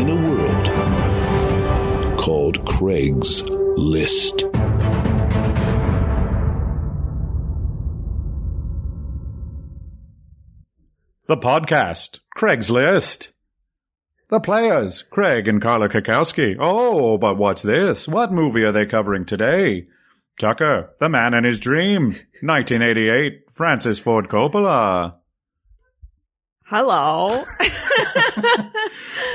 in a world called Craig's List. The podcast, Craigslist. The players, Craig and Carla Kakowski. Oh, but what's this? What movie are they covering today? Tucker, The Man and His Dream, 1988, Francis Ford Coppola. Hello.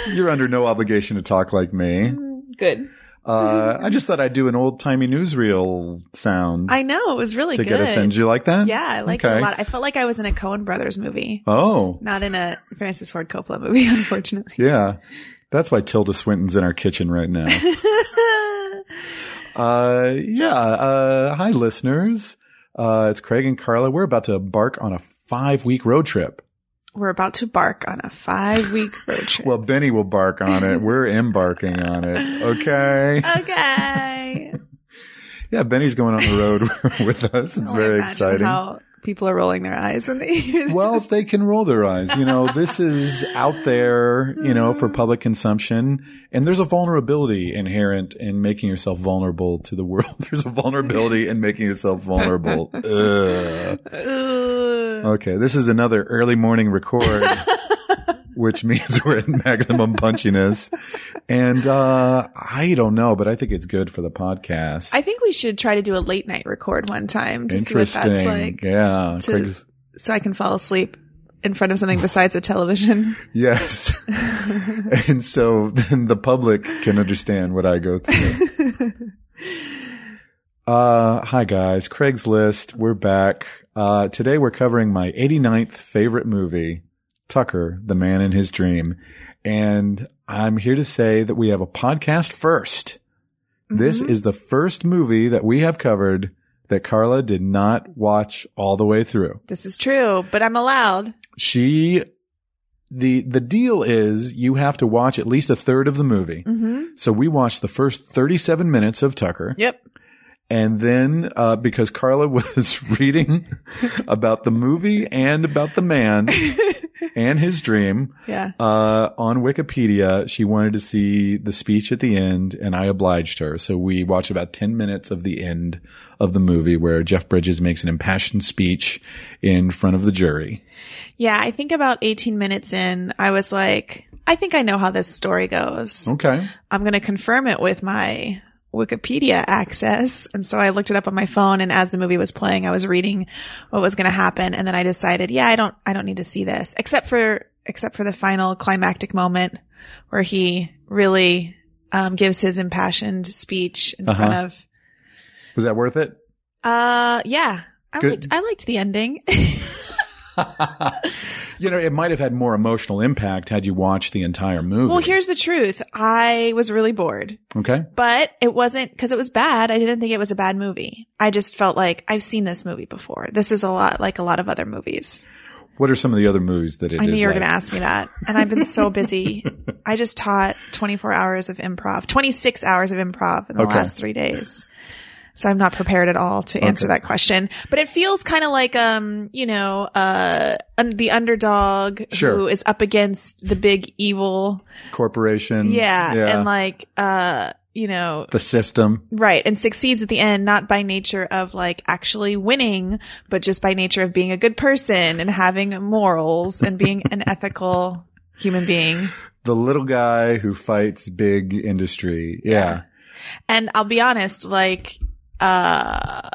You're under no obligation to talk like me. good. Uh, I just thought I'd do an old timey newsreel sound I know. It was really to good. get us in. Did you like that? yeah, I liked it Okay. a lot. I felt like I was in a Coen Brothers movie, Oh, not in a Francis Ford Coppola movie, unfortunately. yeah. That's why Tilda Swinton's in our kitchen right now. Uh, yeah. Uh, hi, listeners. Uh, it's Craig and Carla. We're about to embark on a five week road trip. We're about to bark on a five week road trip. Well, Benny will bark on it. We're embarking on it. Okay. okay. Yeah, Benny's going on the road with us. I It's wanna very imagine exciting. How people are rolling their eyes when they hear this. well, they can roll their eyes. You know, this is out there, you know, for public consumption. And there's a vulnerability inherent in making yourself vulnerable to the world. There's a vulnerability in making yourself vulnerable. Ugh. Ugh. Okay, this is another early morning record, which means we're at maximum punchiness. And uh, I don't know, but I think it's good for the podcast. I think we should try to do a late night record one time to see what that's like. yeah. to- Craig's- So I can fall asleep in front of something besides a television. yes. and so then the public can understand what I go through. Uh, hi, guys. Craigslist. We're back. Uh, today we're covering my 89th favorite movie, Tucker, The Man in His Dream. And I'm here to say that we have a podcast first. This Mhm. is the first movie that we have covered that Carla did not watch all the way through. This is true, but I'm allowed. She, the, the deal is you have to watch at least a third of the movie. Mm-hmm. So we watched the first 37 minutes of Tucker. Yep. And then, uh, because Carla was reading about the movie and about the man and his dream, yeah. uh, on Wikipedia, she wanted to see the speech at the end, and I obliged her. So we watched about 10 minutes of the end of the movie where Jeff Bridges makes an impassioned speech in front of the jury. Yeah. I think about 18 minutes in, I was like, I think I know how this story goes. Okay. I'm going to confirm it with my Wikipedia access. And so I looked it up on my phone and as the movie was playing, I was reading what was going to happen. And then I decided, yeah, I don't, I don't need to see this except for, except for the final climactic moment where he really, um, gives his impassioned speech in front Uh-huh. of, Was that worth it? uh, yeah, I Good. liked, I liked the ending. you know, it might have had more emotional impact had you watched the entire movie. well, here's the truth. I was really bored. Okay. but it wasn't because it was bad. I didn't think it was a bad movie. I just felt like I've seen this movie before. This is a lot like a lot of other movies. What are some of the other movies that it I knew is you were like? going to ask me that, and I've been so busy. I just taught 24 hours of improv, 26 hours of improv in the Okay. last three days. So I'm not prepared at all to answer Okay. that question. But it feels kind of like, um, you know, uh, un- the underdog Sure. who is up against the big evil. Corporation. yeah. And like, uh, you know, the system. Right. And succeeds at the end, not by nature of like actually winning, but just by nature of being a good person and having morals and being an ethical human being. The little guy who fights big industry. Yeah. And I'll be honest, like, uh,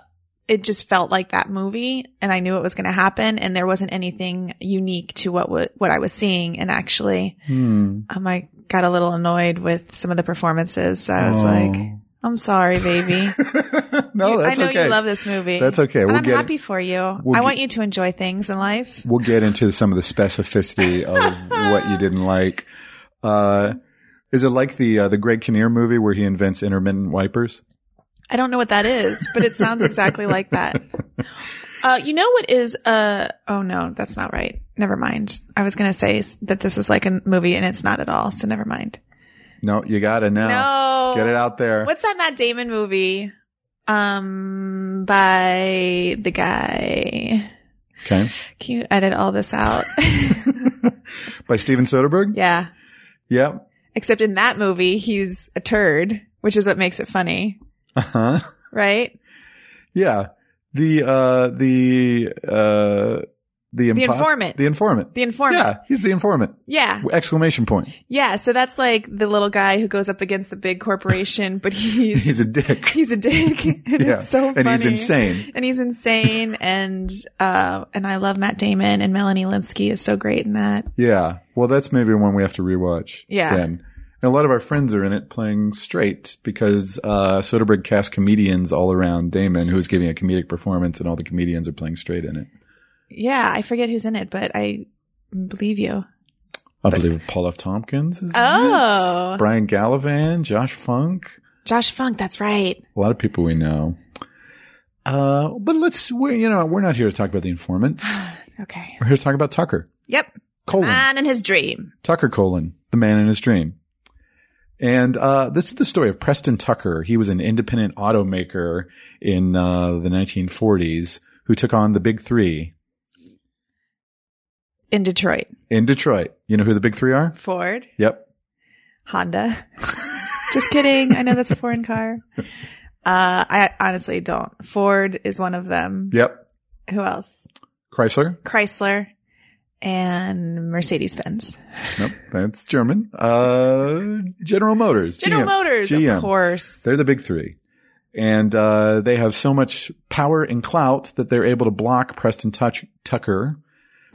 it just felt like that movie and I knew it was going to happen and there wasn't anything unique to what, wa what I was seeing. And actually, Hmm. um, I got a little annoyed with some of the performances. So I was like, I'm sorry, baby. like, Oh. no, You- that's I know okay. you love this movie. That's okay. And We'll I'm get happy for you. We'll I get- want you to enjoy things in life. we'll get into some of the specificity of what you didn't like. Uh, Is it like the uh, the Greg Kinnear movie where he invents intermittent wipers? I don't know what that is, but it sounds exactly like that. Uh, you know what is, uh, oh no, that's not right. Never mind. I was going to say s- that this is like a movie and it's not at all. So never mind. No, you got to know. No. Get it out there. What's that Matt Damon movie? Um, by the guy. Okay. Can you edit all this out? By Steven Soderbergh? yeah. Yep. Except in that movie, he's a turd, which is what makes it funny, Uh-huh. right? Yeah. The uh the uh the, impo- informant. The informant. The informant. Yeah, he's the informant. Yeah. Exclamation point. Yeah, so that's like the little guy who goes up against the big corporation, but He's he's he's a a, dick. dick. and yeah. it's so funny. and he's insane. And he's insane and uh and I love Matt Damon and Melanie Linsky is so great in that. Yeah. Well, that's maybe one we have to rewatch. Yeah. Then. And a lot of our friends are in it playing straight because uh, Soderbergh cast comedians all around Damon, who is giving a comedic performance, and all the comedians are playing straight in it. Yeah, I forget who's in it, but I believe you. I believe Paul F. Tompkins is in it. Oh. Brian Gallivan, Josh Funk, Josh Funk, that's right. a lot of people we know. Uh, but let's, we're, you know, we're not here to talk about the informant. Okay. We're here to talk about Tucker. Yep. Colon. Man in his dream. Tucker Colon, the man in his dream. And uh, this is the story of Preston Tucker. He was an independent automaker in uh, the 1940s who took on the Big Three In Detroit. in Detroit. You know who the Big Three are? Ford. Yep. Honda. Just kidding. I know that's a foreign car. Uh, I honestly don't. Ford is one of them. Yep. Who else? Chrysler? Chrysler and Mercedes Benz. Nope. That's German. Uh, General Motors. General GM. Motors, GM. of course. They're the big three. And uh, they have so much power and clout that they're able to block Preston Touch- Tucker.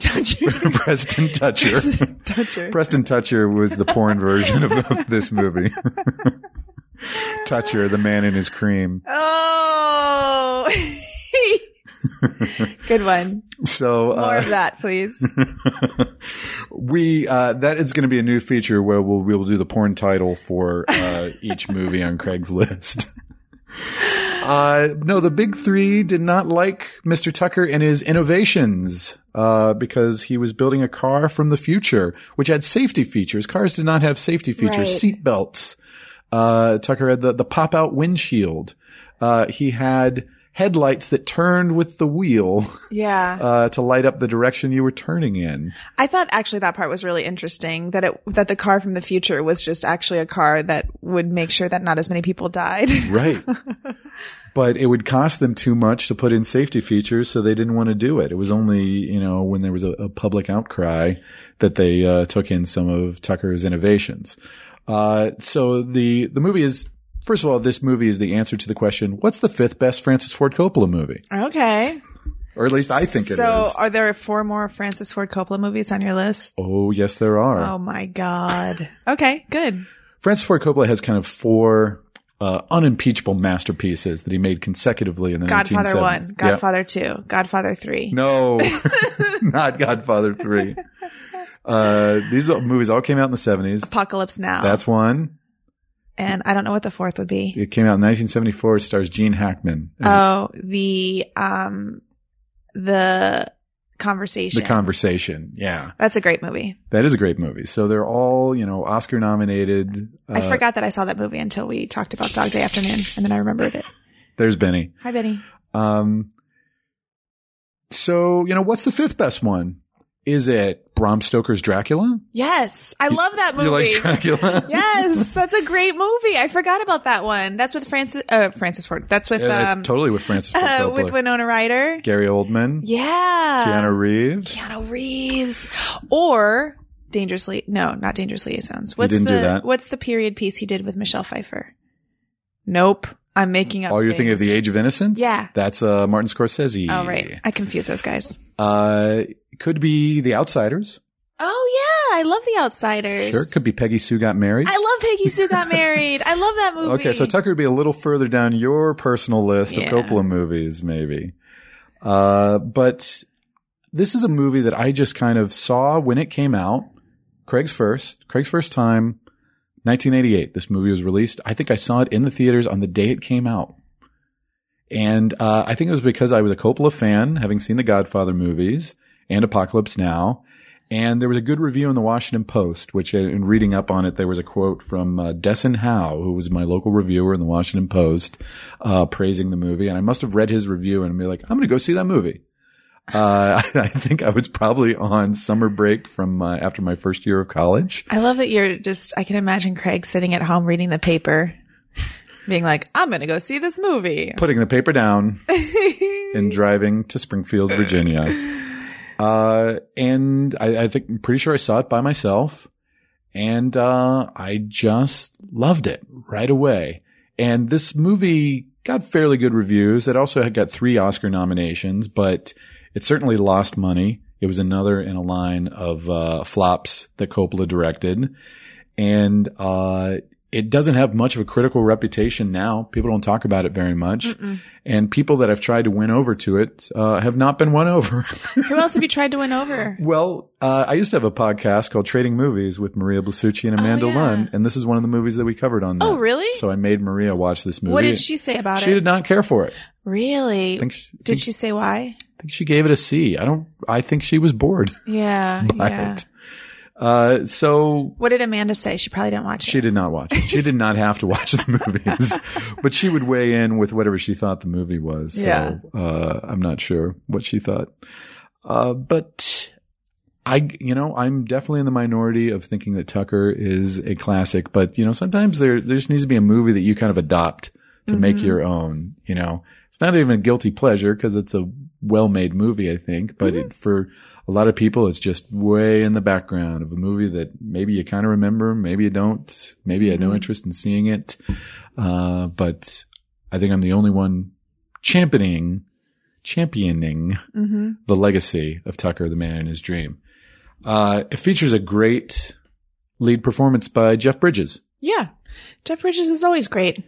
Toucher. Preston Toucher. Toucher. Preston Toucher was the porn version of, of this movie. Toucher, the man in his cream. Oh. Good one. So More uh, of that, please. we uh, that is going to be a new feature where we'll we will do the porn title for uh, each movie on Craigslist. Uh, no, the big three did not like Mr. Tucker and his innovations uh, because he was building a car from the future, which had safety features. Cars did not have safety Right. features, seat belts. Uh, Tucker had the, the pop out windshield. Uh, he had headlights that turned with the wheel Yeah. uh, to light up the direction you were turning in. I thought actually that part was really interesting that it, that the car from the future was just actually a car that would make sure that not as many people died. Right. but it would cost them too much to put in safety features, so they didn't want to do it. It was only, you know, when there was a, a public outcry that they uh, took in some of Tucker's innovations. Uh, so the the movie is first of all, this movie is the answer to the question: What's the fifth best Francis Ford Coppola movie? Okay. Or at least I think it is. So are there four more Francis Ford Coppola movies on your list? oh yes, there are. Oh my God. Okay, good. Francis Ford Coppola has kind of four uh, unimpeachable masterpieces that he made consecutively in the Godfather 1970s. 1, Yeah. Godfather 2, Godfather 3. No, not Godfather 3. Uh, these movies all came out in the 70s. Apocalypse Now. That's one. and I don't know what the fourth would be. It came out in 1974. It stars Gene Hackman. as Oh, the, um, the conversation. the conversation. Yeah. That's a great movie. That is a great movie. So they're all, you know, Oscar nominated. Uh, I forgot that I saw that movie until we talked about Dog Day Afternoon and then I remembered it. There's Benny. Hi, Benny. Um, so, you know, what's the fifth best one? Is it Bram Stoker's Dracula? Yes. I love that movie. You like Dracula? yes, that's a great movie. I forgot about that one. That's with Francis uh, Francis Ford. That's with Yeah, that's um totally with Francis Ford uh, Coppola. with Winona Ryder. Gary Oldman. Yeah. Keanu Reeves. Keanu Reeves or Dangerously No, not Dangerous Liaisons. What's didn't the do that. what's the period piece he did with Michelle Pfeiffer? Nope. I'm making up Oh, you're thinking of things. the Age of Innocence? Yeah. that's uh, Martin Scorsese. Oh right. I confuse those guys. Uh, could be The Outsiders. Oh yeah, I love The Outsiders. Sure, could be Peggy Sue Got Married. I love Peggy Sue Got Married. I love that movie. okay, so Tucker would be a little further down your personal list Yeah. of Coppola movies, maybe. Uh, but this is a movie that I just kind of saw when it came out. Craig's first, Craig's first time. 1988, this movie was released. I think I saw it in the theaters on the day it came out. And uh, I think it was because I was a Coppola fan, having seen the Godfather movies and Apocalypse Now. And there was a good review in the Washington Post, which uh, in reading up on it, there was a quote from uh, Desson Howe, who was my local reviewer in the Washington Post, uh, praising the movie. And I must have read his review and be like, I'm going to go see that movie. Uh, I think I was probably on summer break from uh, after my first year of college. I love that you're just, I can imagine Craig sitting at home reading the paper, being like, I'm going to go see this movie. putting the paper down and driving to Springfield, Virginia. Uh, and I, I think I'm pretty sure I saw it by myself, and uh, I just loved it right away. And this movie got fairly good reviews. It also had got three Oscar nominations, but it certainly lost money. It was another in a line of uh, flops that Coppola directed, and uh, it doesn't have much of a critical reputation now. People don't talk about it very much, Mm-mm. and people that I've tried to win over to it uh, have not been won over. Who else have you tried to win over? Well, uh, I used to have a podcast called Trading Movies with Maria Blasucci and Oh, Amanda yeah. Lund, and this is one of the movies that we covered on that. Oh, really? So I made Maria watch this movie. what did she say about She it? did not care for it. I really? think she, did think, she say why? think she gave it a C. I don't. I think she was bored Yeah. by yeah. it. Uh, so What did Amanda say? She probably didn't watch it. she did not watch it. She did not have to watch the movies, but she would weigh in with whatever she thought the movie was. So, Yeah. uh, I'm not sure what she thought. Uh, but I, you know, I'm definitely in the minority of thinking that Tucker is a classic, but you know, sometimes there, there just needs to be a movie that you kind of adopt to make Mhm. your own, you know, it's not even a guilty pleasure because it's a well-made movie, I think, but it, for a lot of people, it's just way in the background of a movie that maybe you kind of remember, maybe you don't, maybe you had no Mhm. interest in seeing it. Uh, but I think I'm the only one championing, championing hmm the legacy of Tucker, the man in his dream. Uh, it features a great lead performance by Jeff Bridges. Yeah. Jeff Bridges is always great.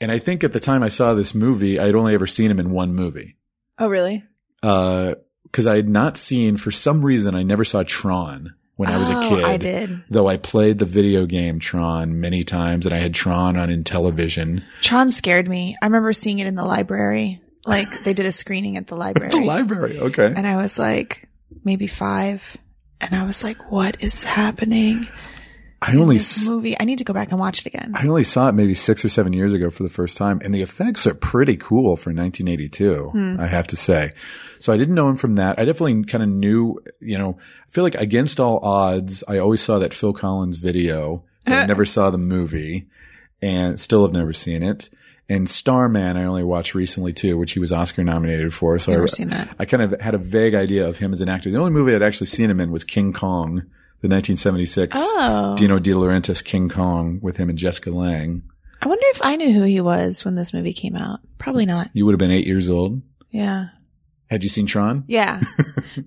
And I think at the time I saw this movie, I'd only ever seen him in one movie. Oh, really? Uh, cause I had not seen, for some reason, I never saw Tron when I was a Oh, kid. I did. Though I played the video game Tron many times and I had Tron on in television. Tron scared me. I remember seeing it in the library. Like they did a screening at the library. The library. Okay. and I was like maybe 5 and I was like what is happening? I only, in this s- movie. I need to go back and watch it again. I only saw it maybe six or seven years ago for the first time, and the effects are pretty cool for 1982. Hmm. I have to say. So I didn't know him from that. I definitely kind of knew, you know, I feel like against all odds, I always saw that Phil Collins video, but I never saw the movie, and still have never seen it. And Starman, I only watched recently too, which he was Oscar nominated for. So I, Never seen that. I kind of had a vague idea of him as an actor. The only movie I'd actually seen him in was King Kong, the 1976. Oh, Dino De Laurentiis King Kong with him and Jessica Lange. I wonder if I knew who he was when this movie came out. Probably not. You would have been eight years old. Yeah, Had you seen Tron? yeah,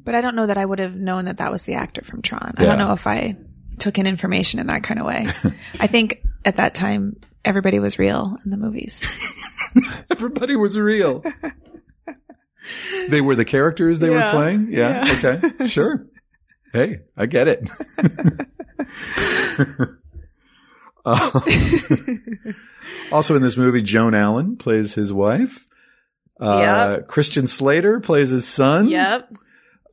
but I don't know that I would have known that that was the actor from Tron. I Yeah. don't know if I took in information in that kind of way. I think at that time everybody was real in the movies. Everybody was real. they were the characters they Yeah. were playing? Yeah. Yeah. Okay. Sure. Hey, I get it. Uh, also in this movie, Joan Allen plays his wife. Uh, Christian Slater plays his son. yep.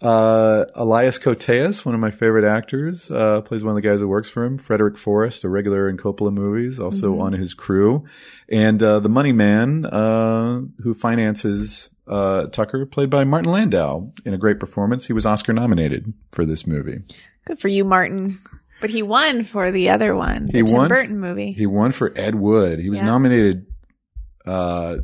Uh, Elias Koteas, one of my favorite actors, uh, plays one of the guys that works for him. Frederick Forrest, a regular in Coppola movies, also Mhm. on his crew. And, uh, the money man, uh, who finances, uh, Tucker, played by Martin Landau in a great performance. He was Oscar nominated for this movie. Good for you, Martin. But he won for the other one, the He Tim won? Burton movie. He won for Ed Wood. He was Yeah. nominated, uh,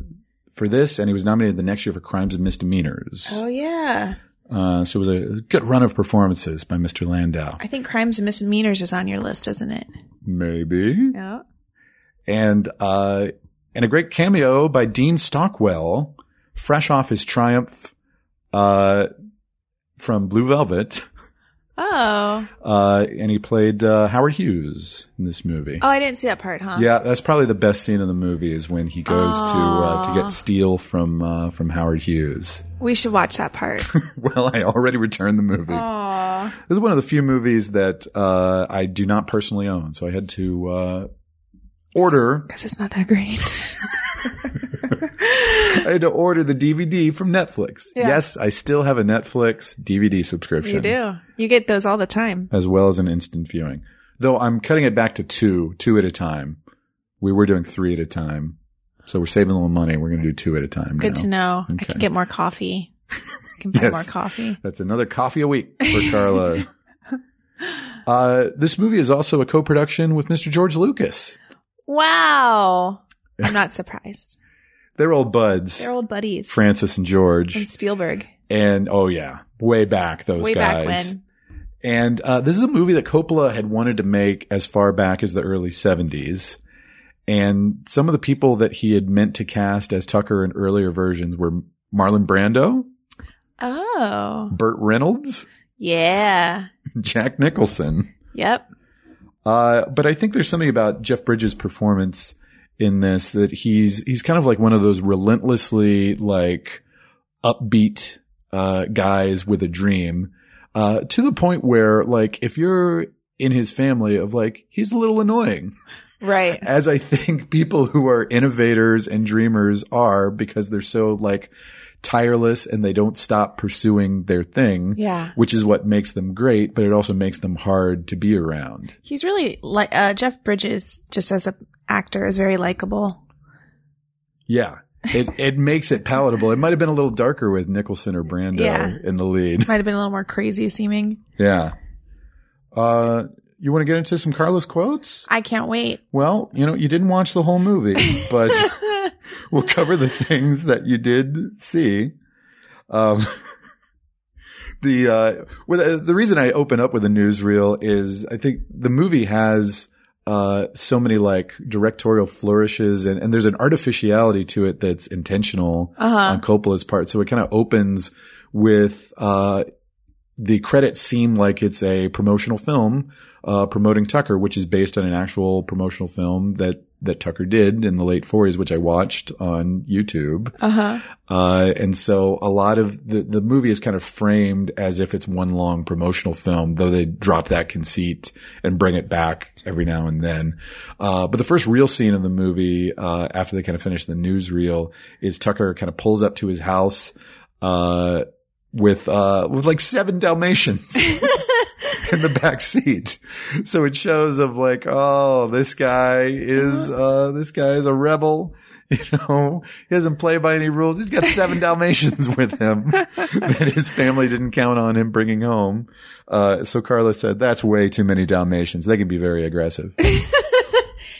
for this and he was nominated the next year for Crimes and Misdemeanors. oh yeah, Uh, so it was a good run of performances by Mr. Landau. I think Crimes and Misdemeanors is on your list, isn't it? Maybe. Yeah. and uh, and a great cameo by Dean Stockwell, fresh off his triumph uh, from Blue Velvet, Oh. uh, and he played uh, Howard Hughes in this movie. Oh, I didn't see that part, huh? Yeah, that's probably the best scene in the movie is when he goes to uh, to Aw. get steel from uh, from Howard Hughes. We should watch that part. well, I already returned the movie. Wow. This is one of the few movies that uh, I do not personally own, so I had to uh, order. Because it's not that great. I had to order the DVD from Netflix. Yeah. Yes, I still have a Netflix DVD subscription. you do. You get those all the time. as well as an instant viewing. Though I'm cutting it back to two, two at a time. We were doing three at a time. So we're saving a little money. We're going to do two at a time. Good now. to know. I Okay. can get more coffee. I can buy Yes. more coffee. That's another coffee a week for Carla. uh, this movie is also a co-production with Mr. George Lucas. Wow. I'm not surprised. They're old buds, They're old buddies. Francis and George, And and, Spielberg. oh yeah, way back those Way guys. back when. And uh, this is a movie that Coppola had wanted to make as far back as the early 70s. And some of the people that he had meant to cast as Tucker in earlier versions were Marlon Brando, Oh. Burt Reynolds, Yeah. Jack Nicholson. Yep. Uh, but I think there's something about Jeff Bridges' performance in this that he's he's kind of like one of those relentlessly like upbeat uh, guys with a dream, uh, to the point where like if you're in his family of like he's a little annoying, Right. as I think people who are innovators and dreamers are because they're so like tireless and they don't stop pursuing their thing. Yeah. Which is what makes them great, but it also makes them hard to be around. He's really like uh, Jeff Bridges just as a actor is very likable. Yeah. It it makes it palatable. It might have been a little darker with Nicholson or Brando Yeah. in the lead. Might have been a little more crazy seeming. Yeah. Uh you want to get into some Carlos quotes? I can't wait. Well, you know, you didn't watch the whole movie, but Uh-huh, we'll cover the things that you did see. Um, the uh, well, the- the reason I open up with a newsreel is I think the movie has uh, so many like directorial flourishes, and, and there's an artificiality to it that's intentional Uh huh. on Coppola's part. So it kind of opens with uh, the credits seem like it's a promotional film uh, promoting Tucker, which is based on an actual promotional film that that Tucker did in the late '40s, which I watched on YouTube. Uh huh. Uh, and so a lot of the the movie is kind of framed as if it's one long promotional film, though they drop that conceit and bring it back every now and then. Uh, but the first real scene of the movie, uh, after they kind of finish the newsreel, is Tucker kind of pulls up to his house. Uh, with uh with like seven Dalmatians in the back seat. So it shows of like, oh, this guy is Uh-huh. uh this guy is a rebel. You know, he doesn't play by any rules. He's got seven Dalmatians with him that his family didn't count on him bringing home. Uh, so Carla said, that's way too many Dalmatians. They can be very aggressive.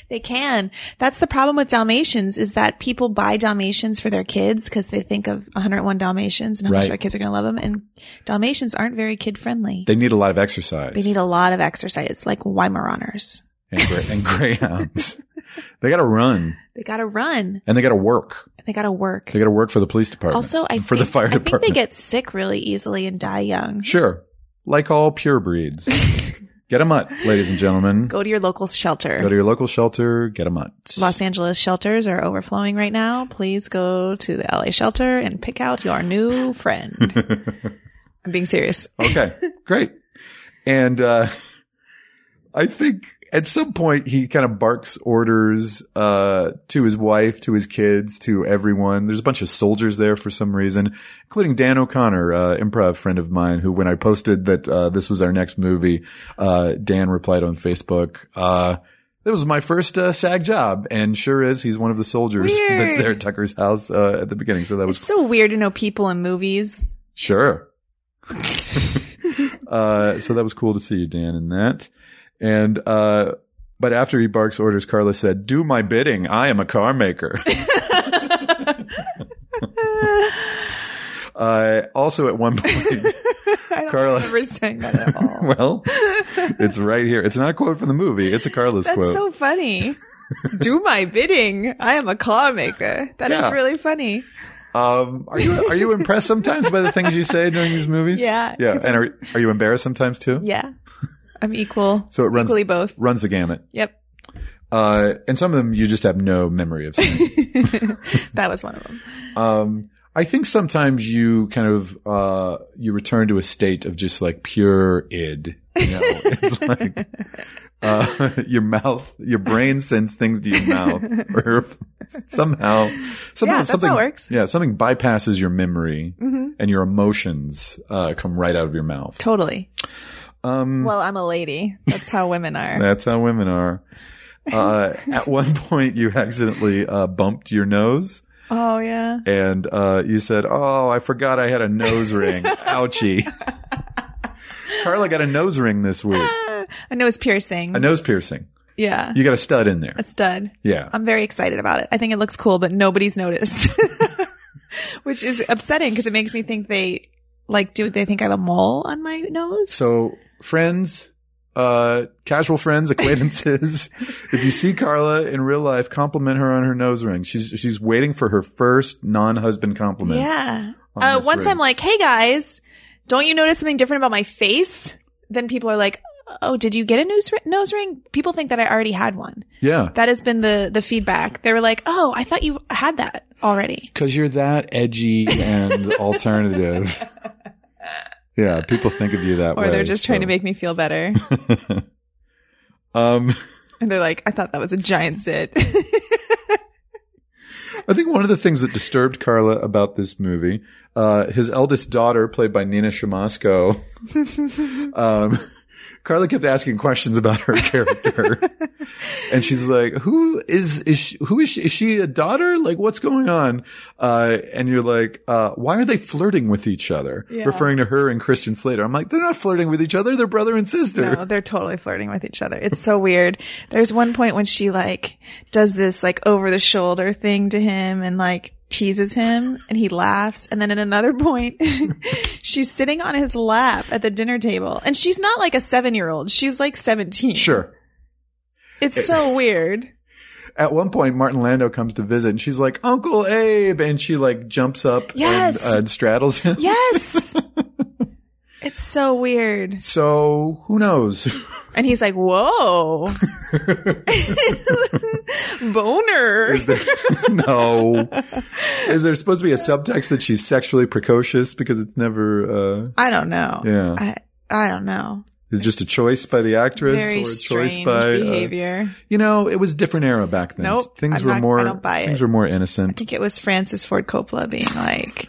They can. That's the problem with Dalmatians is that people buy Dalmatians for their kids because they think of 101 Dalmatians and how Right. much their kids are going to love them. And Dalmatians aren't very kid friendly. They, They need a lot of exercise need a lot of exercise, like Weimaraners. and, gra- and greyhounds. They got to run They got to run. and they got to work. They got to work. They got to work for the police department. Also, I for think, the fire I think department. they get sick really easily and die young. Sure. Like all pure breeds. get a mutt, ladies and gentlemen. Go, Go to your local shelter. to your local shelter, get a mutt. Los Angeles shelters are overflowing right now. Please go to the LA shelter and pick out your new friend. I'm being serious. okay. Great. And uh I think at some point he kind of barks orders uh to his wife, to his kids, to everyone. There's a bunch of soldiers there for some reason, including Dan O'Connor, uh improv friend of mine who when I posted that uh this was our next movie, uh Dan replied on Facebook, uh that was my first uh, SAG job, and sure is he's one of the soldiers that's Weird. there at Tucker's house uh, at the beginning. So that was It's so weird to know people in movies. Sure. uh, so that was cool to see you, Dan, in that. And, uh, but after he barks orders, Carla said, do my bidding. I am a car maker. I uh, also at one point, don't Carla. remember saying that at all. well, it's right here. It's not a quote from the movie. It's a Carla's That's quote. so funny. Do my bidding. I am a claw maker. That is Yeah. really funny. um, are you, are you impressed sometimes by the things you say during these movies? Yeah. Yeah. And are, are you embarrassed sometimes too? Yeah. I'm equal. So it runs- equally both. Runs the gamut. Yep. Uh, and some of them you just have no memory of. Seeing. that was one of them. Um, I think sometimes you kind of uh, you return to a state of just like pure id. You know, it's like uh, your mouth, your brain sends things to your mouth, or somehow, somehow that's how it something works. Yeah, something bypasses your memory hmm and your emotions uh, come right out of your mouth. Totally. Um, Well, I'm a lady. That's how women are. that's how women are. Uh, at one point, you accidentally uh, bumped your nose, Oh yeah. and uh, you said, "Oh, I forgot I had a nose ring. Ouchie." Carla got a nose ring this week, Ah, a nose piercing. a nose piercing. yeah. You got a stud in there. a stud. Yeah. I'm very excited about it. I think it looks cool, but nobody's noticed, which is upsetting because it makes me think they like. Do they think I have a mole on my nose? So, friends, uh, casual friends, acquaintances, if you see Carla in real life, compliment her on her nose ring. She's she's waiting for her first non-husband compliment. yeah. on Uh, this once ring. I'm like, hey guys, don't you notice something different about my face? Then people are like, oh, did you get a nose ri- nose ring? People think that I already had one. yeah, That has been the the feedback. They were like, oh, I thought you had that already. because you're that edgy and alternative. Yeah, people think of you that uh, or way. they're just trying to so- make me feel better. um, and they're like, I thought that was a giant sit. I think one of the things that disturbed Carla about this movie, uh, his eldest daughter, played by Nina Shamasco, um, Carla kept asking questions about her character, and she's like, "Who is is she, who is she, is she a daughter? Like, what's going on?" Uh, and you're like, uh, "Why are they flirting with each other?" Yeah. Referring to her and Christian Slater, I'm like, "They're not flirting with each other. They're brother and sister." No, they're totally flirting with each other. It's so weird. There's one point when she like does this like over the shoulder thing to him and like teases him and he laughs. And then at another point, she's sitting on his lap at the dinner table and she's not like a seven year old. She's like 17. Sure. It's so weird. At one point, Martin Lando comes to visit, and she's like, "Uncle Abe," and she like jumps up Yes. and, uh, straddles him. Yes. it's so weird. So who knows? And he's like, whoa, boner. Is there no? Is there supposed to be a subtext that she's sexually precocious because it's never? uh I don't know. Yeah, I, I don't know. it's just a choice by the actress Very or a strange choice by. uh, behavior. you know, it was a different era back then. Nope, things I'm were not- I more. don't buy it. Things were more I innocent. think it was Francis Ford Coppola being like,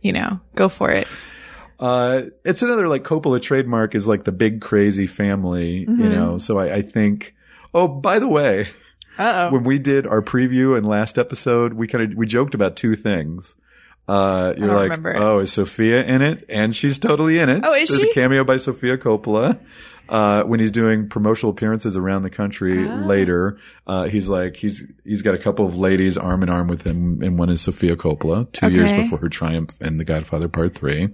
you know, go for it. Uh, it's another like Coppola trademark is like the big crazy family. You Mhm. know, so I, I think. Oh, by the way, Uh oh. when we did our preview and last episode, we kind of we joked about two things. Uh, you're don't like, remember it. oh, is Sophia in it? And she's totally in it. Oh, is There's she? a cameo by Sophia Coppola. Uh, when he's doing promotional appearances around the country Ah. later, uh, he's like, he's, he's got a couple of ladies arm in arm with him, and one is Sophia Coppola, two years Okay. before her triumph in The Godfather Part 3.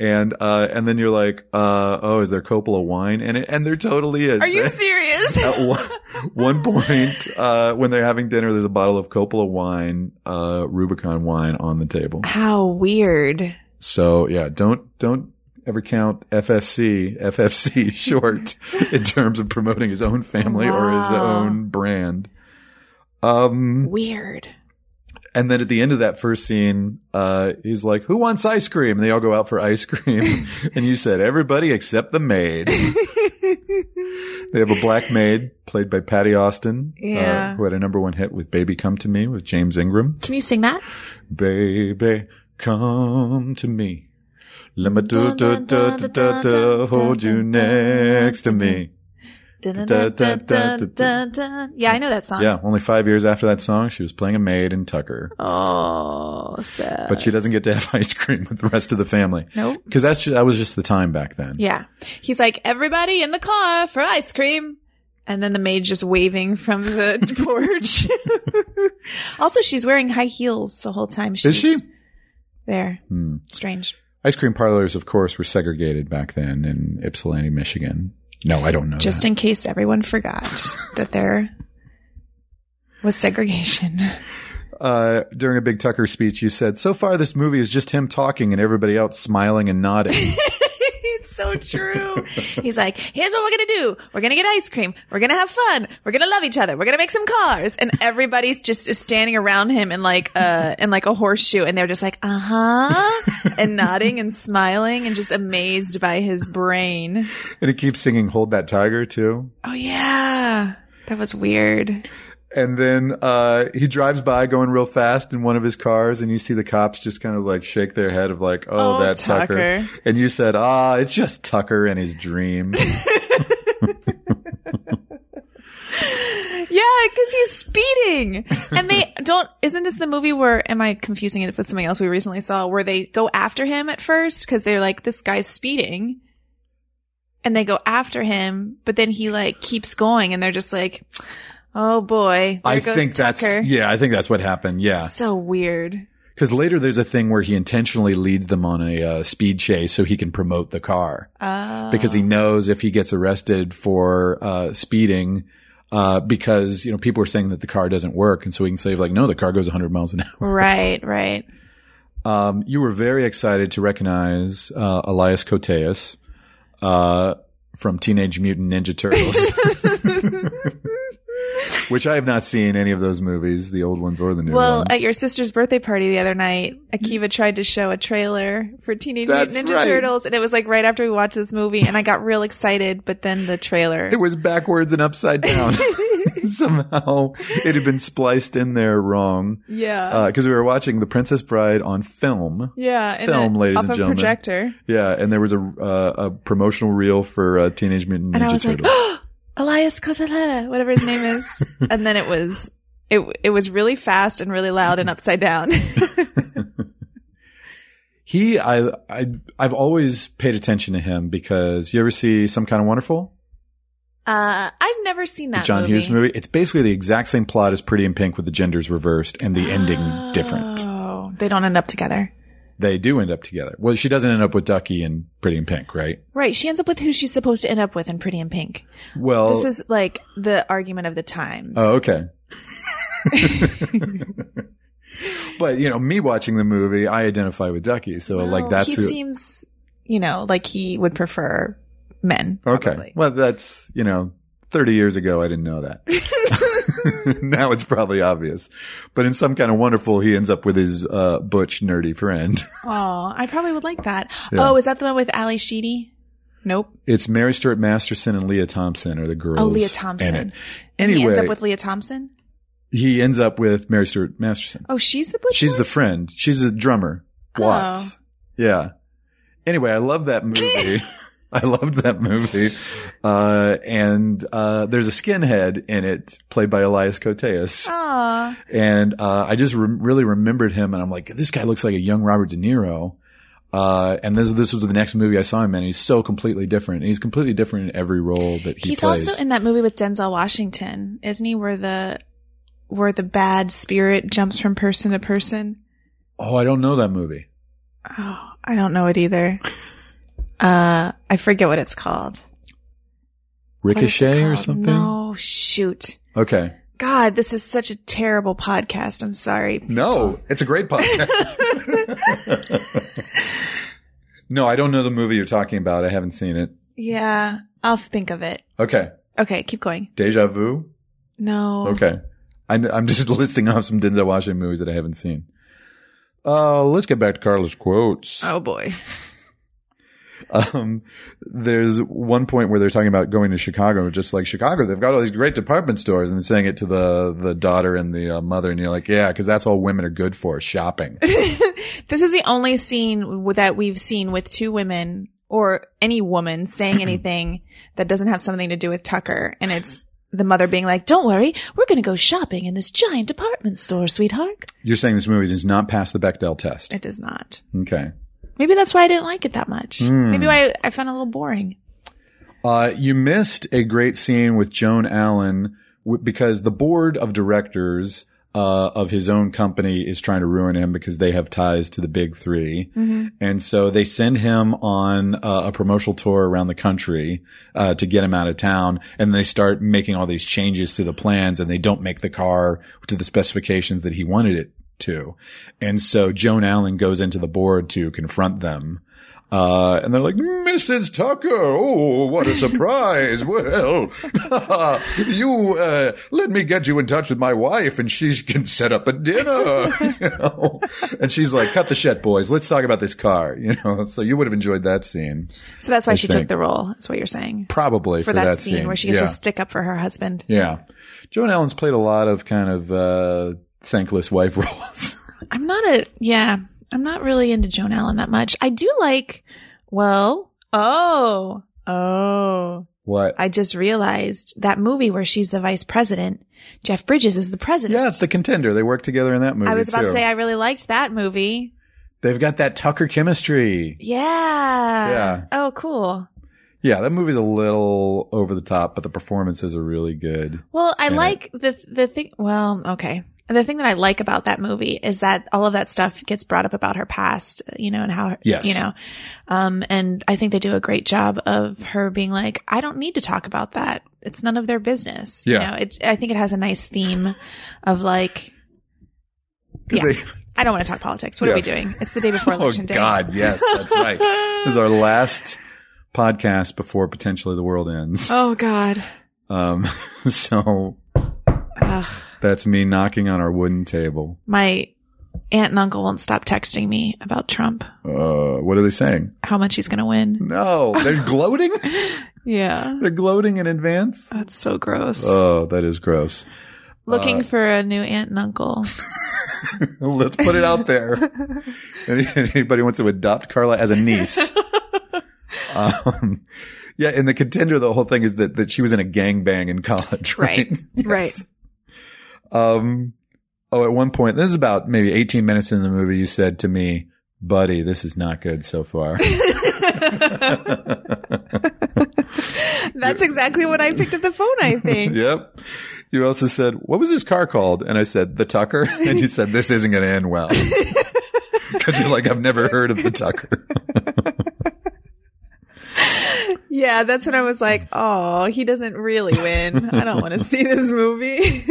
And, uh, and then you're like, uh, oh, is there Coppola wine in it? And there totally is. Are you serious? at one, one point uh, when they're having dinner there's a bottle of coppola wine uh, rubicon wine on the table How weird. so yeah don't don't ever count fsc ffc short in terms of promoting his own family or his Wow. own brand um Weird. and then at the end of that first scene uh he's like who wants ice cream and they all go out for ice cream and you said everybody except the maid They have a black maid played by Patty Austin, uh, Yeah. who had a number one hit with "Baby Come to Me" with James Ingram. Can you sing that? Baby, come to me. Let me do do do do do do hold you next to me. da, da, da, da, Yeah, I know that song. Yeah, only five years after that song, she was playing a maid in Tucker, Oh, sad. but she doesn't get to have ice cream with the rest of the family Nope. because that's ju- that was just the time back then. Yeah. He's like, everybody in the car for ice cream. And then the maid just waving from the porch. also, she's wearing high heels the whole time. She's Is she? There. Hmm. Strange. Ice cream parlors, of course, were segregated back then in Ypsilanti, Michigan. No, I don't know. Just that. in case everyone forgot that there was segregation. uh, during a big Tucker speech, you said, "So far, this movie is just him talking and everybody else smiling and nodding." it's It's so true. He's like, here's what we're going to do. We're going to get ice cream. We're going to have fun. We're going to love each other. We're going to make some cars. And everybody's just is standing around him in like a, in like a horseshoe. And they're just like, uh huh. and nodding and smiling and just amazed by his brain. And he keeps singing Hold That Tiger too. Oh yeah. That was weird. And then uh, he drives by going real fast in one of his cars, and you see the cops just kind of like shake their head of like, "Oh, Oh, that Tucker. Tucker. And you said, "Ah, it's just Tucker and his dream." Yeah, because he's speeding. And they don't, isn't this the movie where, am I confusing it with something else we recently saw, where they go after him at first because they're like, this guy's speeding. And they go after him, but then he like keeps going and they're just like, oh boy. There I goes think Tucker." that's yeah. I think that's what happened. Yeah, So weird. because later there's a thing where he intentionally leads them on a uh, speed chase so he can promote the car. Oh. because he knows if he gets arrested for uh, speeding, uh, because you know people are saying that the car doesn't work, and so he can say like, no, the car goes 100 miles an hour. Oh, Right, right. Um, you were very excited to recognize uh, Elias Koteas, uh from Teenage Mutant Ninja Turtles. Which I have not seen any of those movies, the old ones or the new Well, ones. Mm-hmm. at your sister's birthday party the other night, Akiva tried to show a trailer for Teenage That's Mutant Ninja right. Turtles, and it was like right after we watched this movie, and I got real excited. But then the trailer, It was backwards and upside down. Somehow it had been spliced in there wrong. yeah, because we were watching The Princess Bride on film. yeah, and film, it- ladies off and a gentlemen. projector, Yeah, and there was a uh, a promotional reel for uh, Teenage Mutant Ninja and I was like, Turtles. oh, Elias Cotele, whatever his name is, and then it was it it was really fast and really loud Mm-hmm. and upside down. he, I, I, I've always paid attention to him because you ever see Some Kind of Wonderful, uh, I've never seen the that John movie. Hughes movie? It's basically the exact same plot as Pretty in Pink, with the genders reversed and the ending Oh, different. They don't end up together. They do end up together. Well, she doesn't end up with Ducky in Pretty in Pink, right? Right, she ends up with who she's supposed to end up with in Pretty in Pink. Well, This is like the argument of the times. Oh, okay. but you know, me watching the movie, I identify with Ducky, so like Well, that's he who. seems, you know, like he would prefer men. okay, probably. well, that's you know, thirty years ago, I didn't know that. now it's probably obvious, but in some kind of wonderful, he ends up with his uh, butch nerdy friend. Oh, I probably would like that. Yeah. Oh, is that the one with Ali Sheedy? Nope. It's Mary Stuart Masterson and Leah Thompson are the girls. Oh, Leah in it. Thompson. Anyway, he ends up with Leah Thompson. Mary Stuart Masterson. Oh, she's the butch. She's the friend. She's a drummer. Oh. Watts. Yeah. Anyway, I love that movie. I loved that movie. Uh, and, uh, there's a skinhead in it played by Elias Coteas. Aw. And, uh, I just re- really remembered him and I'm like, this guy looks like a young Robert De Niro. Uh, and this, this was the next movie I saw him in. He's so completely different. And he's completely different in every role that he He's plays. also in that movie with Denzel Washington, isn't he? Where the where the bad spirit jumps from person to person. oh, I don't know that movie. Oh, I don't know it either. Uh, I forget what it's called. What is it Ricochet or called? something? No, shoot. Okay. God, this is such a terrible podcast. I'm sorry. No, it's a great podcast. no, I don't know the movie you're talking about. I haven't seen it. Yeah, I'll think of it. Okay. Okay, keep going. Deja Vu? No. Okay. I'm, I'm just listing off some Denzel Washington movies that I haven't seen. Uh, let's get back to Carlos' quotes. Oh boy. Um, there's one point where they're talking about going to Chicago, just like Chicago. They've got all these great department stores and saying it to the, the daughter and the uh, mother. And you're like, yeah, cause that's all women are good for shopping. this is the only scene w- that we've seen with two women or any woman saying anything that doesn't have something to do with Tucker. And it's the mother being like, don't worry, we're going to go shopping in this giant department store, sweetheart. You're saying this movie does not pass the Bechdel test. It does not. Okay. Maybe that's why I didn't like it that much. Hmm. Maybe why I found it a little boring. Uh, you missed a great scene with Joan Allen w- because the board of directors uh, of his own company is trying to ruin him because they have ties to the big three. And so they send him on uh, a promotional tour around the country uh, to get him out of town. And they start making all these changes to the plans and they don't make the car to the specifications that he wanted it to. And so Joan Allen goes into the board to confront them. Uh, and they're like, Mrs. Tucker, oh, what a surprise. well, you, uh, let me get you in touch with my wife and she can set up a dinner. you know? And she's like, cut the shit, boys. Let's talk about this car. You know, so you would have enjoyed that scene. So that's why I she think. took the role. That's what you're saying. Probably For, that, scene, where she gets yeah. to stick up for her husband. Yeah. Joan Allen's played a lot of kind of, uh, thankless wife roles. I'm not a yeah. I'm not really into Joan Allen that much. I do like well, oh, oh. what? I just realized that movie where she's the vice president. Jeff Bridges is the president. Yes, the contender. They work together in that movie. I was about too. to say I really liked that movie. They've got that Tucker chemistry. Yeah. Yeah. Oh, cool. Yeah, that movie's a little over the top, but the performances are really good. Well, I Yeah. like the the thing. Well, okay. The thing that I like about that movie is that all of that stuff gets brought up about her past, you know, and how, Yes. you know, um, and I think they do a great job of her being like, I don't need to talk about that. It's none of their business. You Yeah. know, it, I think it has a nice theme of like, 'Cause Yeah. they- I don't want to talk politics. What Yeah. are we doing? It's the day before oh election day. God, yes, that's right. this is our last podcast before potentially the world ends. Oh God. Um, so Ugh. that's me knocking on our wooden table. My aunt and uncle won't stop texting me about Trump, Uh, what are they saying? how much he's going to win. No, they're gloating. Yeah. They're gloating in advance. That's so gross. Oh, that is gross. Looking uh, for a new aunt and uncle. Let's put it out there. Any- Anybody wants to adopt Carla as a niece? um, yeah, and the contender, the whole thing is that, that she was in a gangbang in college, right? Right, Yes. right. Um, oh, at one point, this is about maybe 18 minutes in the movie, you said to me, buddy, this is not good so far. That's exactly what I picked up the phone, I think. yep. You also said, what was this car called? And I said, the Tucker. And you said, this isn't going to end well. Because you're like, I've never heard of the Tucker. Yeah, that's when I was like, oh, he doesn't really win. I don't want to see this movie.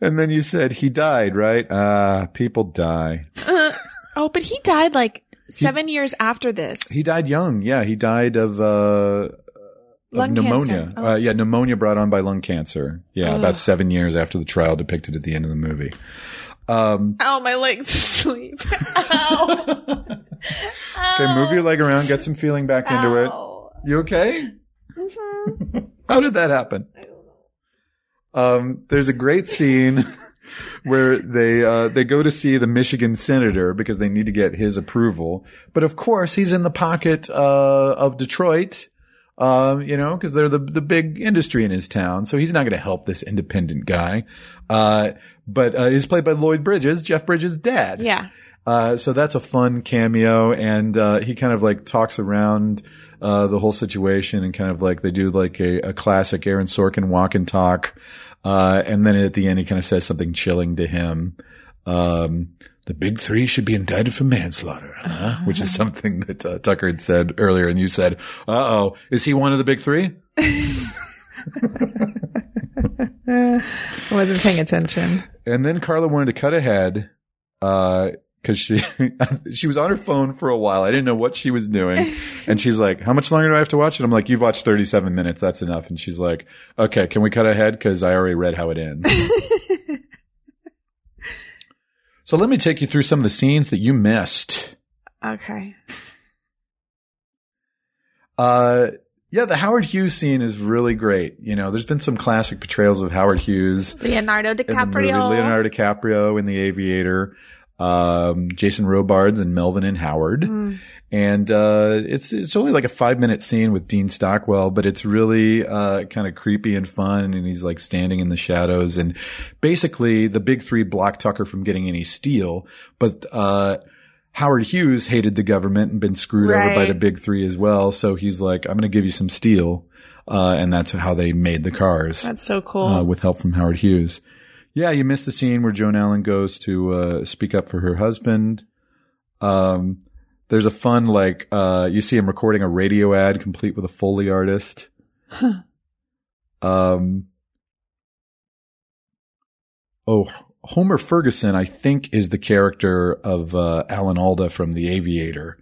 And then you said he died, right? Ah, people die. Uh, oh, but he died like seven years after this. He died young. Yeah, he died of uh of Lung pneumonia. cancer. Oh. Uh, yeah, pneumonia brought on by lung cancer. Yeah, Ugh. about seven years after the trial depicted at the end of the movie. Um, Ow, my legs sleep. Ow. okay, move your leg around, get some feeling back into it. You okay? Mhm. How did that happen? Um, there's a great scene where they uh, they go to see the Michigan senator because they need to get his approval. But of course, he's in the pocket uh, of Detroit, um, you know, because they're the the big industry in his town. So he's not going to help this independent guy. Uh, but uh, he's played by Lloyd Bridges, Jeff Bridges' dad. Yeah. Uh, so that's a fun cameo, and uh, he kind of like talks around uh, the whole situation, and kind of like they do like a, a classic Aaron Sorkin walk and talk, uh, and then at the end he kind of says something chilling to him. Um, the big three should be indicted for manslaughter, huh? which is something that uh, Tucker had said earlier, and you said, "Uh oh, is he one of the big three? Eh. Uh, I wasn't paying attention. And then Carla wanted to cut ahead because she she was on her phone for a while. I didn't know what she was doing, and she's like, "How much longer do I have to watch it?" I'm like, "You've watched 37 minutes. That's enough." And she's like, "Okay, can we cut ahead? Because I already read how it ends." so let me take you through some of the scenes that you missed. Okay. Uh, yeah, the Howard Hughes scene is really great. You know, there's been some classic portrayals of Howard Hughes. Leonardo in the movie, DiCaprio. Leonardo DiCaprio in The Aviator, um, Jason Robards and Melvin and Howard. Mm. And uh, it's it's only like a five minute scene with Dean Stockwell, but it's really uh, kind of creepy and fun. And he's like standing in the shadows, and basically the big three block Tucker from getting any steal. But uh, Howard Hughes hated the government and been screwed over by Right. the big three as well. So he's like, I'm going to give you some steel, uh, and that's how they made the cars That's so cool. uh, with help from Howard Hughes. Yeah, you missed the scene where Joan Allen goes to uh, speak up for her husband. Um, there's a fun like uh, you see him recording a radio ad complete with a foley artist. Huh. Um, oh, Homer Ferguson, I think, is the character of uh, Alan Alda from The Aviator.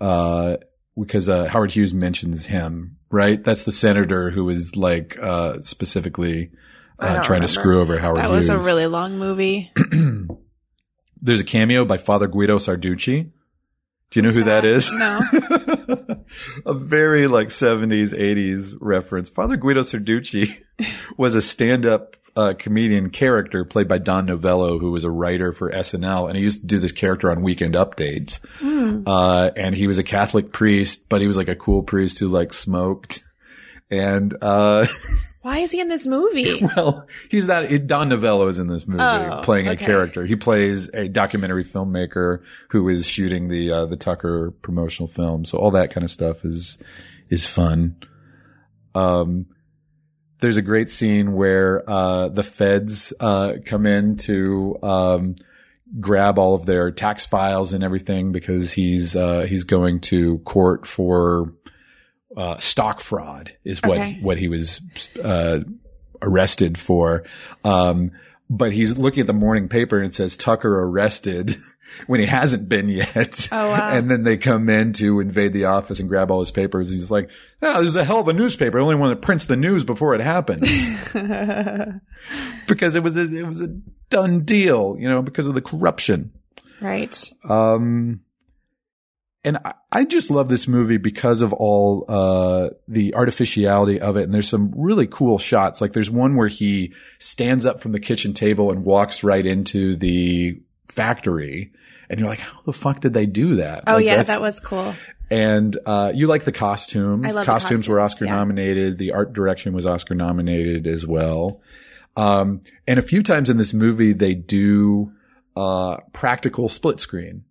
uh, because uh, Howard Hughes mentions him, right? That's the senator who was like uh, specifically I uh, don't trying remember. to screw over Howard That Hughes. was a really long movie. There's a cameo by Father Guido Sarducci. Do you know Who's who that that? is? No. a very like 70s, 80s reference. Father Guido Sarducci was a stand up uh, comedian character played by Don Novello, who was a writer for SNL. And he used to do this character on weekend updates. Mm. Uh, and he was a Catholic priest, but he was like a cool priest who like smoked. And, uh, Why is he in this movie? well, he's not. it- Don Novello is in this movie Oh, playing a okay. character. He plays a documentary filmmaker who is shooting the uh, the Tucker promotional film. So all that kind of stuff is is fun. Um, there's a great scene where uh, the feds uh, come in to um, grab all of their tax files and everything because he's uh, he's going to court for uh, stock fraud is what Okay. what he was uh, arrested for. Um, but he's looking at the morning paper and it says Tucker arrested when he hasn't been yet. Oh, wow. And then they come in to invade the office and grab all his papers. And he's like, oh, this is a hell of a newspaper. Only one that prints the news before it happens because it was a, it was a done deal, you know, because of the corruption. right. Um, and I, I just love this movie because of all uh, the artificiality of it. And there's some really cool shots. Like there's one where he stands up from the kitchen table and walks right into the factory. And you're like, how the fuck did they do that? Oh Like, yeah, that's- that was cool. and uh, you like the costumes. I love the costumes, were costumes, Oscar yeah. nominated. The art direction was Oscar nominated as well. Um, and a few times in this movie, they do uh, practical split screen,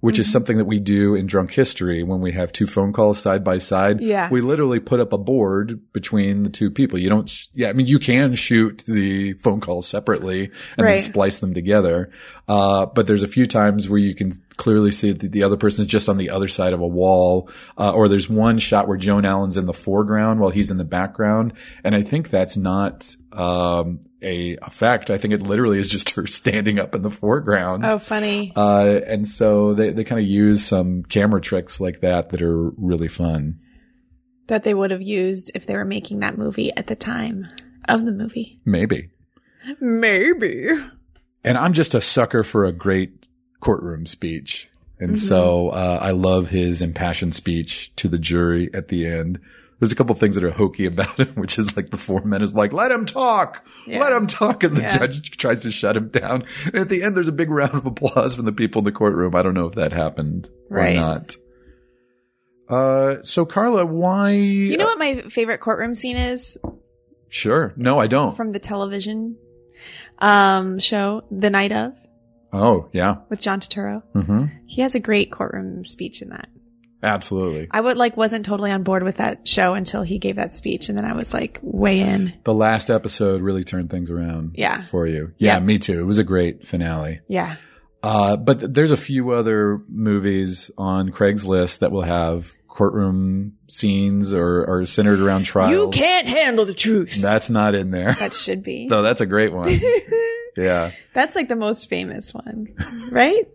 which Mm-hmm. is something that we do in Drunk History when we have two phone calls side by side. Yeah. we literally put up a board between the two people. You don't. Sh- yeah, I mean you can shoot the phone calls separately and then Right. splice them together. Uh, but there's a few times where you can clearly see that the other person is just on the other side of a wall. Uh, or there's one shot where Joan Allen's in the foreground while he's in the background. And I think that's not, um, a effect. I think it literally is just her standing up in the foreground. Oh, funny. Uh, and so they, they kind of use some camera tricks like that that are really fun. that they would have used if they were making that movie at the time of the movie. Maybe. Maybe. and I'm just a sucker for a great courtroom speech. And Mm-hmm. so uh, I love his impassioned speech to the jury at the end. There's a couple things that are hokey about it, which is like the foreman is like, let him talk, Yeah. let him talk. And the Yeah. judge tries to shut him down. And at the end, there's a big round of applause from the people in the courtroom. I don't know if that happened Right. or not. Uh, so Carla, why? You know what my favorite courtroom scene is sure. No, I don't. from the television um, show, The Night of, oh, yeah. with John Turturro. hmm He has a great courtroom speech in that. Absolutely. I would like wasn't totally on board with that show until he gave that speech, and then I was like way in. the last episode really turned things around Yeah. for you. Yeah, Yeah. me too. It was a great finale. Yeah, Uh, but th- there's a few other movies on Craigslist that will have courtroom scenes or, or centered around trials. you can't handle the truth. That's not in there. That should be. No, that's a great one. yeah. That's like the most famous one, right?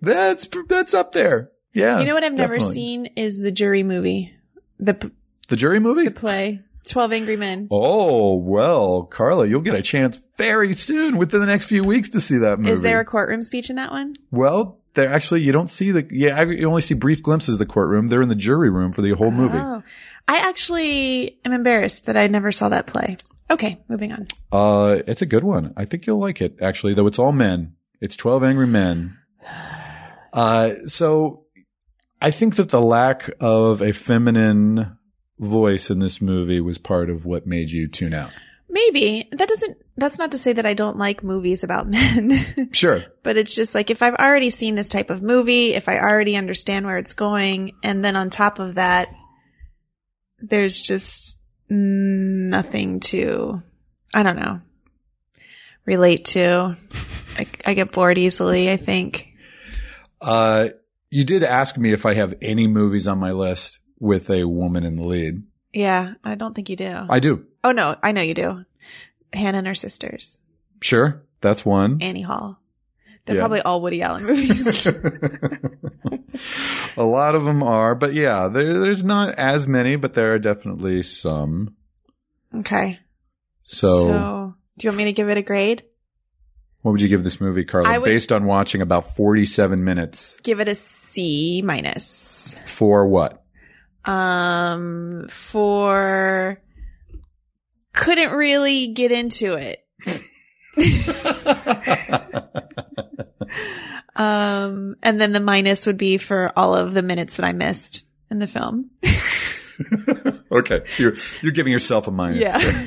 That's, that's up there. Yeah. you know what I've never definitely. seen is the jury movie, the p- The jury movie? the play Twelve Angry Men. Oh, well, Carla, you'll get a chance very soon within the next few weeks to see that movie. Is there a courtroom speech in that one? Well, they're actually you don't see the yeah I- you only see brief glimpses of the courtroom. They're in the jury room for the whole movie. Oh, I actually am embarrassed that I never saw that play. Okay, moving on. Uh, it's a good one. I think you'll like it actually. Though it's all men. It's Twelve Angry Men. Uh, so I think that the lack of a feminine voice in this movie was part of what made you tune out. Maybe that doesn't. That's not to say that I don't like movies about men, Sure. but it's just like if I've already seen this type of movie, if I already understand where it's going, and then on top of that, there's just nothing to, I don't know, relate to. I, I get bored easily. I think. Uh, you did ask me if I have any movies on my list with a woman in the lead. Yeah, I don't think you do. I do. oh no, I know you do. Hannah and her sisters, Sure. That's one. Annie Hall, They're Yeah. probably all Woody Allen movies. a lot of them are, but yeah, there, there's not as many, but there are definitely some. okay. So, do you want me to give it a grade? what would you give this movie, I Carla? would- Based on watching about 47 minutes Give it a C minus. for what? Um, for couldn't really get into it. Um, and then the minus would be for all of the minutes that I missed in the film. okay, so you're you're giving yourself a minus. Yeah.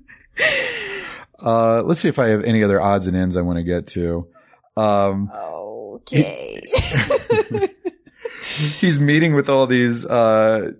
uh, let's see if I have any other odds and ends I want to get to. Um, Okay. he's meeting with all these uh,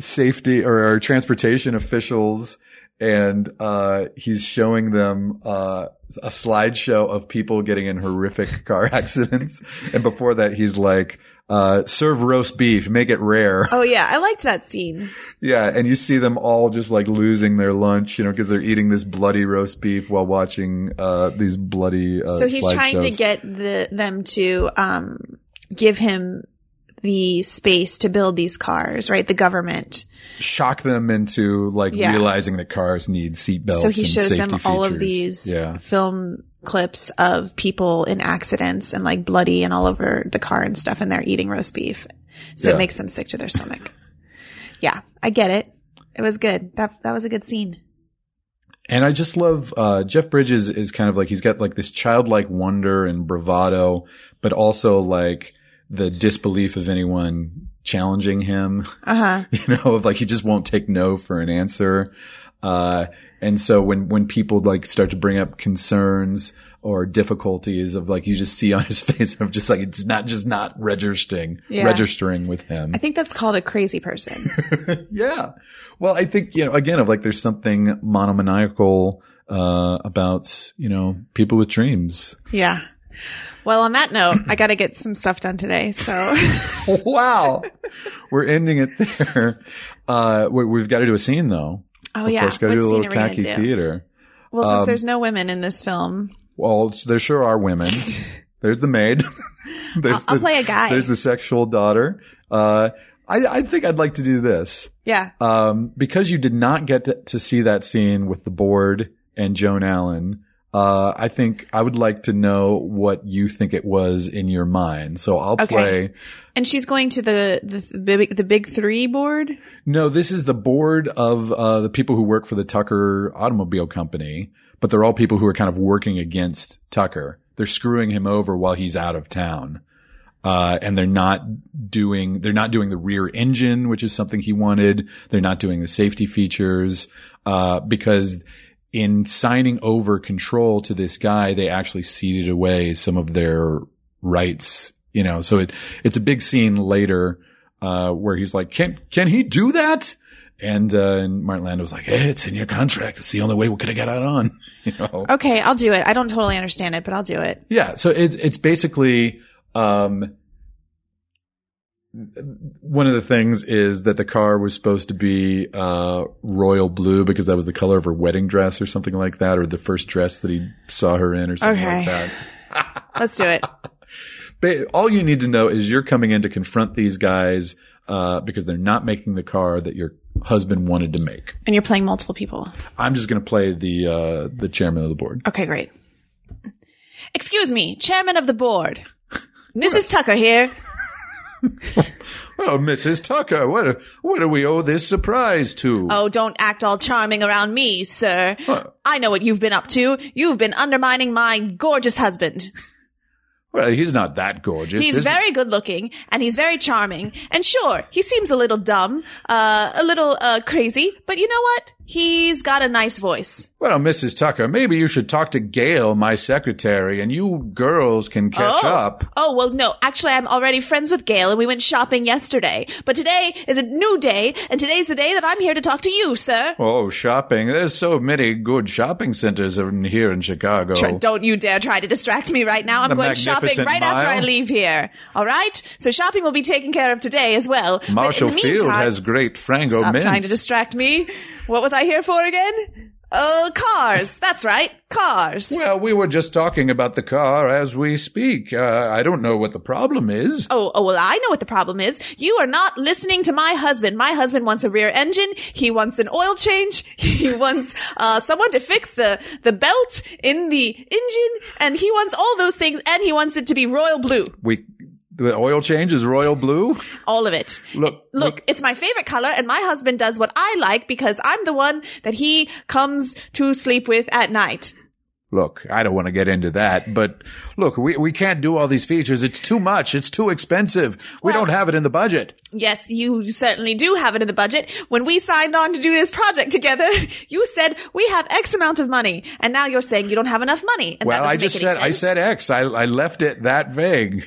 safety or, or transportation officials, and uh, he's showing them uh, a slideshow of people getting in horrific car accidents. and before that, he's like, uh, "Serve roast beef, make it rare." oh yeah, I liked that scene. Yeah, and you see them all just like losing their lunch, you know, because they're eating this bloody roast beef while watching uh, these bloody. Uh, so he's trying to slideshows. get the them to um give him the space to build these cars, right? The government. shock them into like Yeah. realizing that cars need seatbelts. so he and shows them safety all of features. these Yeah, film clips of people in accidents and like bloody and all over the car and stuff and they're eating roast beef. So Yeah. it makes them sick to their stomach. yeah, I get it. It was good. That that was a good scene. and I just love uh, Jeff Bridges is kind of like he's got like this childlike wonder and bravado, but also like the disbelief of anyone challenging him. Uh-huh. you know, of like he just won't take no for an answer. Uh, and so when, when people like start to bring up concerns or difficulties of like, you just see on his face of just like, it's not, just not registering, Yeah. registering with him. I think that's called a crazy person. yeah. Well, I think, you know, again, of like, there's something monomaniacal, uh, about, you know, people with dreams. yeah. Well, on that note, I got to get some stuff done today. So wow. We're ending it there. Uh, we, we've got to do a scene though. Oh of yeah. course, got to do a scene little are we gonna khaki do? theater. Well, since Um, there's no women in this film, Well, it's- there sure are women. There's the maid. there's I'll, I'll the, play a guy. There's the sexual daughter. Uh, I, I think I'd like to do this yeah. um, because you did not get to, to see that scene with the board and Joan Allen. Uh, I think I would like to know what you think it was in your mind. So I'll Okay. play. And she's going to the the big, the big 3 board. No, this is the board of uh, the people who work for the Tucker Automobile Company, but they're all people who are kind of working against Tucker. They're screwing him over while he's out of town, uh, and they're not doing they're not doing the rear engine, which is something he wanted. They're not doing the safety features uh, because in signing over control to this guy, they actually ceded away some of their rights. You know, so it it's a big scene later uh, where he's like, "Can can he do that?" And, uh, and Martin Lando's like, "Hey, it's in your contract. It's the only way we could have got out on." You know? Okay, I'll do it. I don't totally understand it, but I'll do it. Yeah. So it, it's basically um, one of the things is that the car was supposed to be uh, royal blue because that was the color of her wedding dress or something like that, or the first dress that he saw her in, or something Okay. like that. Let's do it. Ba- all you need to know is you're coming in to confront these guys uh, because they're not making the car that your husband wanted to make. And you're playing multiple people. I'm just going to play the uh, the chairman of the board. Okay, great. Excuse me, chairman of the board. Mrs. Tucker here. Oh, Mrs. Tucker, what what do we owe this surprise to? Oh, don't act all charming around me, sir. I know what you've been up to. You've been undermining my gorgeous husband. Well, he's not that gorgeous. He's is he? very good looking and he's very charming. And sure, he seems a little dumb, uh, a little uh, crazy, but you know what? He's got a nice voice. Well, Mrs. Tucker, maybe you should talk to Gail, my secretary, and you girls can catch oh. up. Oh, well, no. Actually, I'm already friends with Gail and we went shopping yesterday. But today is a new day and today's the day that I'm here to talk to you, sir. Oh, shopping. There's so many good shopping centers in here in Chicago. Tr- Don't you dare try to distract me right now. I'm Oh. The going shopping Magnificent right after I Mile. leave here. All right? So shopping will be taken care of today as well. But in Marshall the Field meantime- has great Frango Stop mints. trying to distract me. What was I here for again? Oh, cars. That's right. Cars. Well, we were just talking about the car as we speak. Uh, I don't know what the problem is. Oh, oh, well, I know what the problem is. You are not listening to my husband. My husband wants a rear engine. He wants an oil change. He wants, uh, someone to fix the, the belt in the engine. And he wants all those things. And he wants it to be royal blue. We the oil change is royal blue. All of it. Look, Look, it's my favorite color and my husband does what I like because I'm the one that he comes to sleep with at night. Look, I don't want to get into that, but look, we, we can't do all these features. It's too much. It's too expensive. we Well- don't have it in the budget. Yes, you certainly do have it in the budget. When we signed on to do this project together, you said we have X amount of money, and now you're saying you don't have enough money. And Well, that I doesn't just make any said I sense. said X. I, I left it that vague.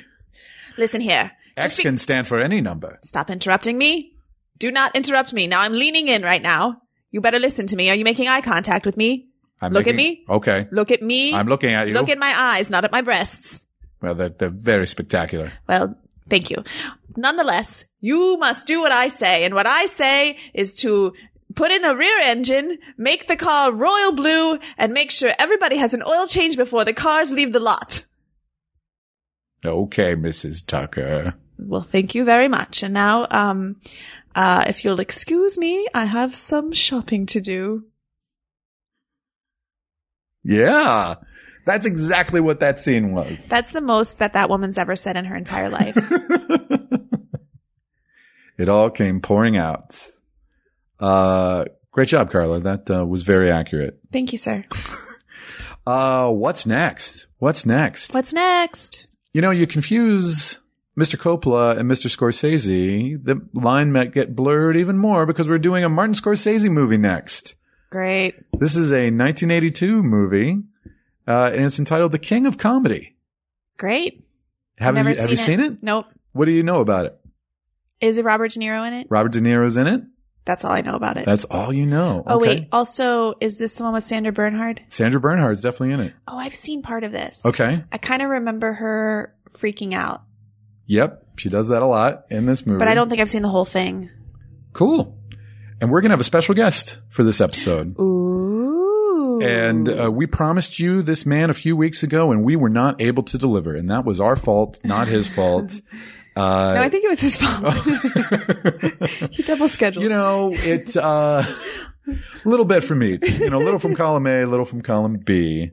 Listen here. X Just be- can stand for any number. Stop interrupting me. Do not interrupt me. Now I'm leaning in right now. You better listen to me. Are you making eye contact with me? I'm Look at making- me. Okay, Look at me. I'm looking at you. Look at my eyes, not at my breasts. well, they're, they're very spectacular. Well, thank you. Nonetheless, you must do what I say. And what I say is to put in a rear engine, make the car royal blue, and make sure everybody has an oil change before the cars leave the lot. Okay, Mrs. Tucker. Well, thank you very much. And now, um, uh, if you'll excuse me, I have some shopping to do. Yeah, that's exactly what that scene was. That's the most that that woman's ever said in her entire life. it all came pouring out. Uh, great job, Carla. That uh, was very accurate. thank you, sir. Uh, what's next? What's next? What's next? You know, you confuse Mr. Coppola and Mr. Scorsese. The line might get blurred even more because we're doing a Martin Scorsese movie next. Great. This is a 1982 movie, uh, and it's entitled The King of Comedy. Great. Have Never you, have you seen it? Nope. What do you know about it? Is it Robert De Niro in it? Robert De Niro's in it. That's all I know about it. That's all you know. Oh Okay. wait, also is this the one with Sandra Bernhard? Sandra Bernhard's definitely in it. Oh, I've seen part of this. Okay. I kind of remember her freaking out, Yep. She does that a lot in this movie. but I don't think I've seen the whole thing. Cool. And we're going to have a special guest for this episode. Ooh. And uh, we promised you this man a few weeks ago, and we were not able to deliver. And that was our fault, not his fault. Uh, no, I think it was his fault. he double scheduled. you know, it a little bit from each. You know, a little from column A, a little from column B.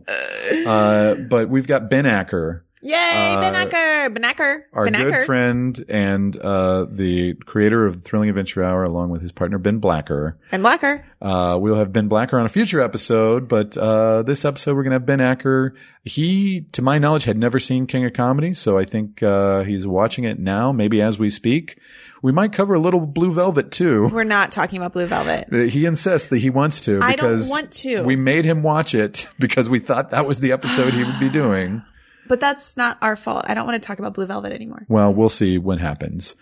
Uh, but we've got Ben Acker, Yay, uh, Benacker, Benacker, our good Benacker. friend and uh, the creator of the Thrilling Adventure Hour, along with his partner Ben Blacker. And Blacker. Uh, we'll have Ben Blacker on a future episode, but uh, this episode we're going to have Ben Acker. He, to my knowledge, had never seen King of Comedy, so I think uh, he's watching it now, maybe as we speak. We might cover a little Blue Velvet too. We're not talking about Blue Velvet. Uh, He insists that he wants to I don't because want to. we made him watch it because we thought that was the episode he would be doing. but that's not our fault. I don't want to talk about Blue Velvet anymore. Well, we'll see what happens.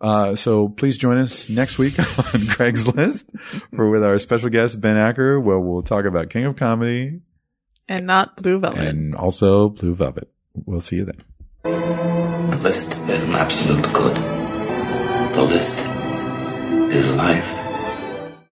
Uh, so please join us next week on Craigslist for with our special guest Ben Acker, where we'll talk about King of Comedy And not Blue Velvet. and also Blue Velvet. We'll see you then. The list is an absolute good. The list is life.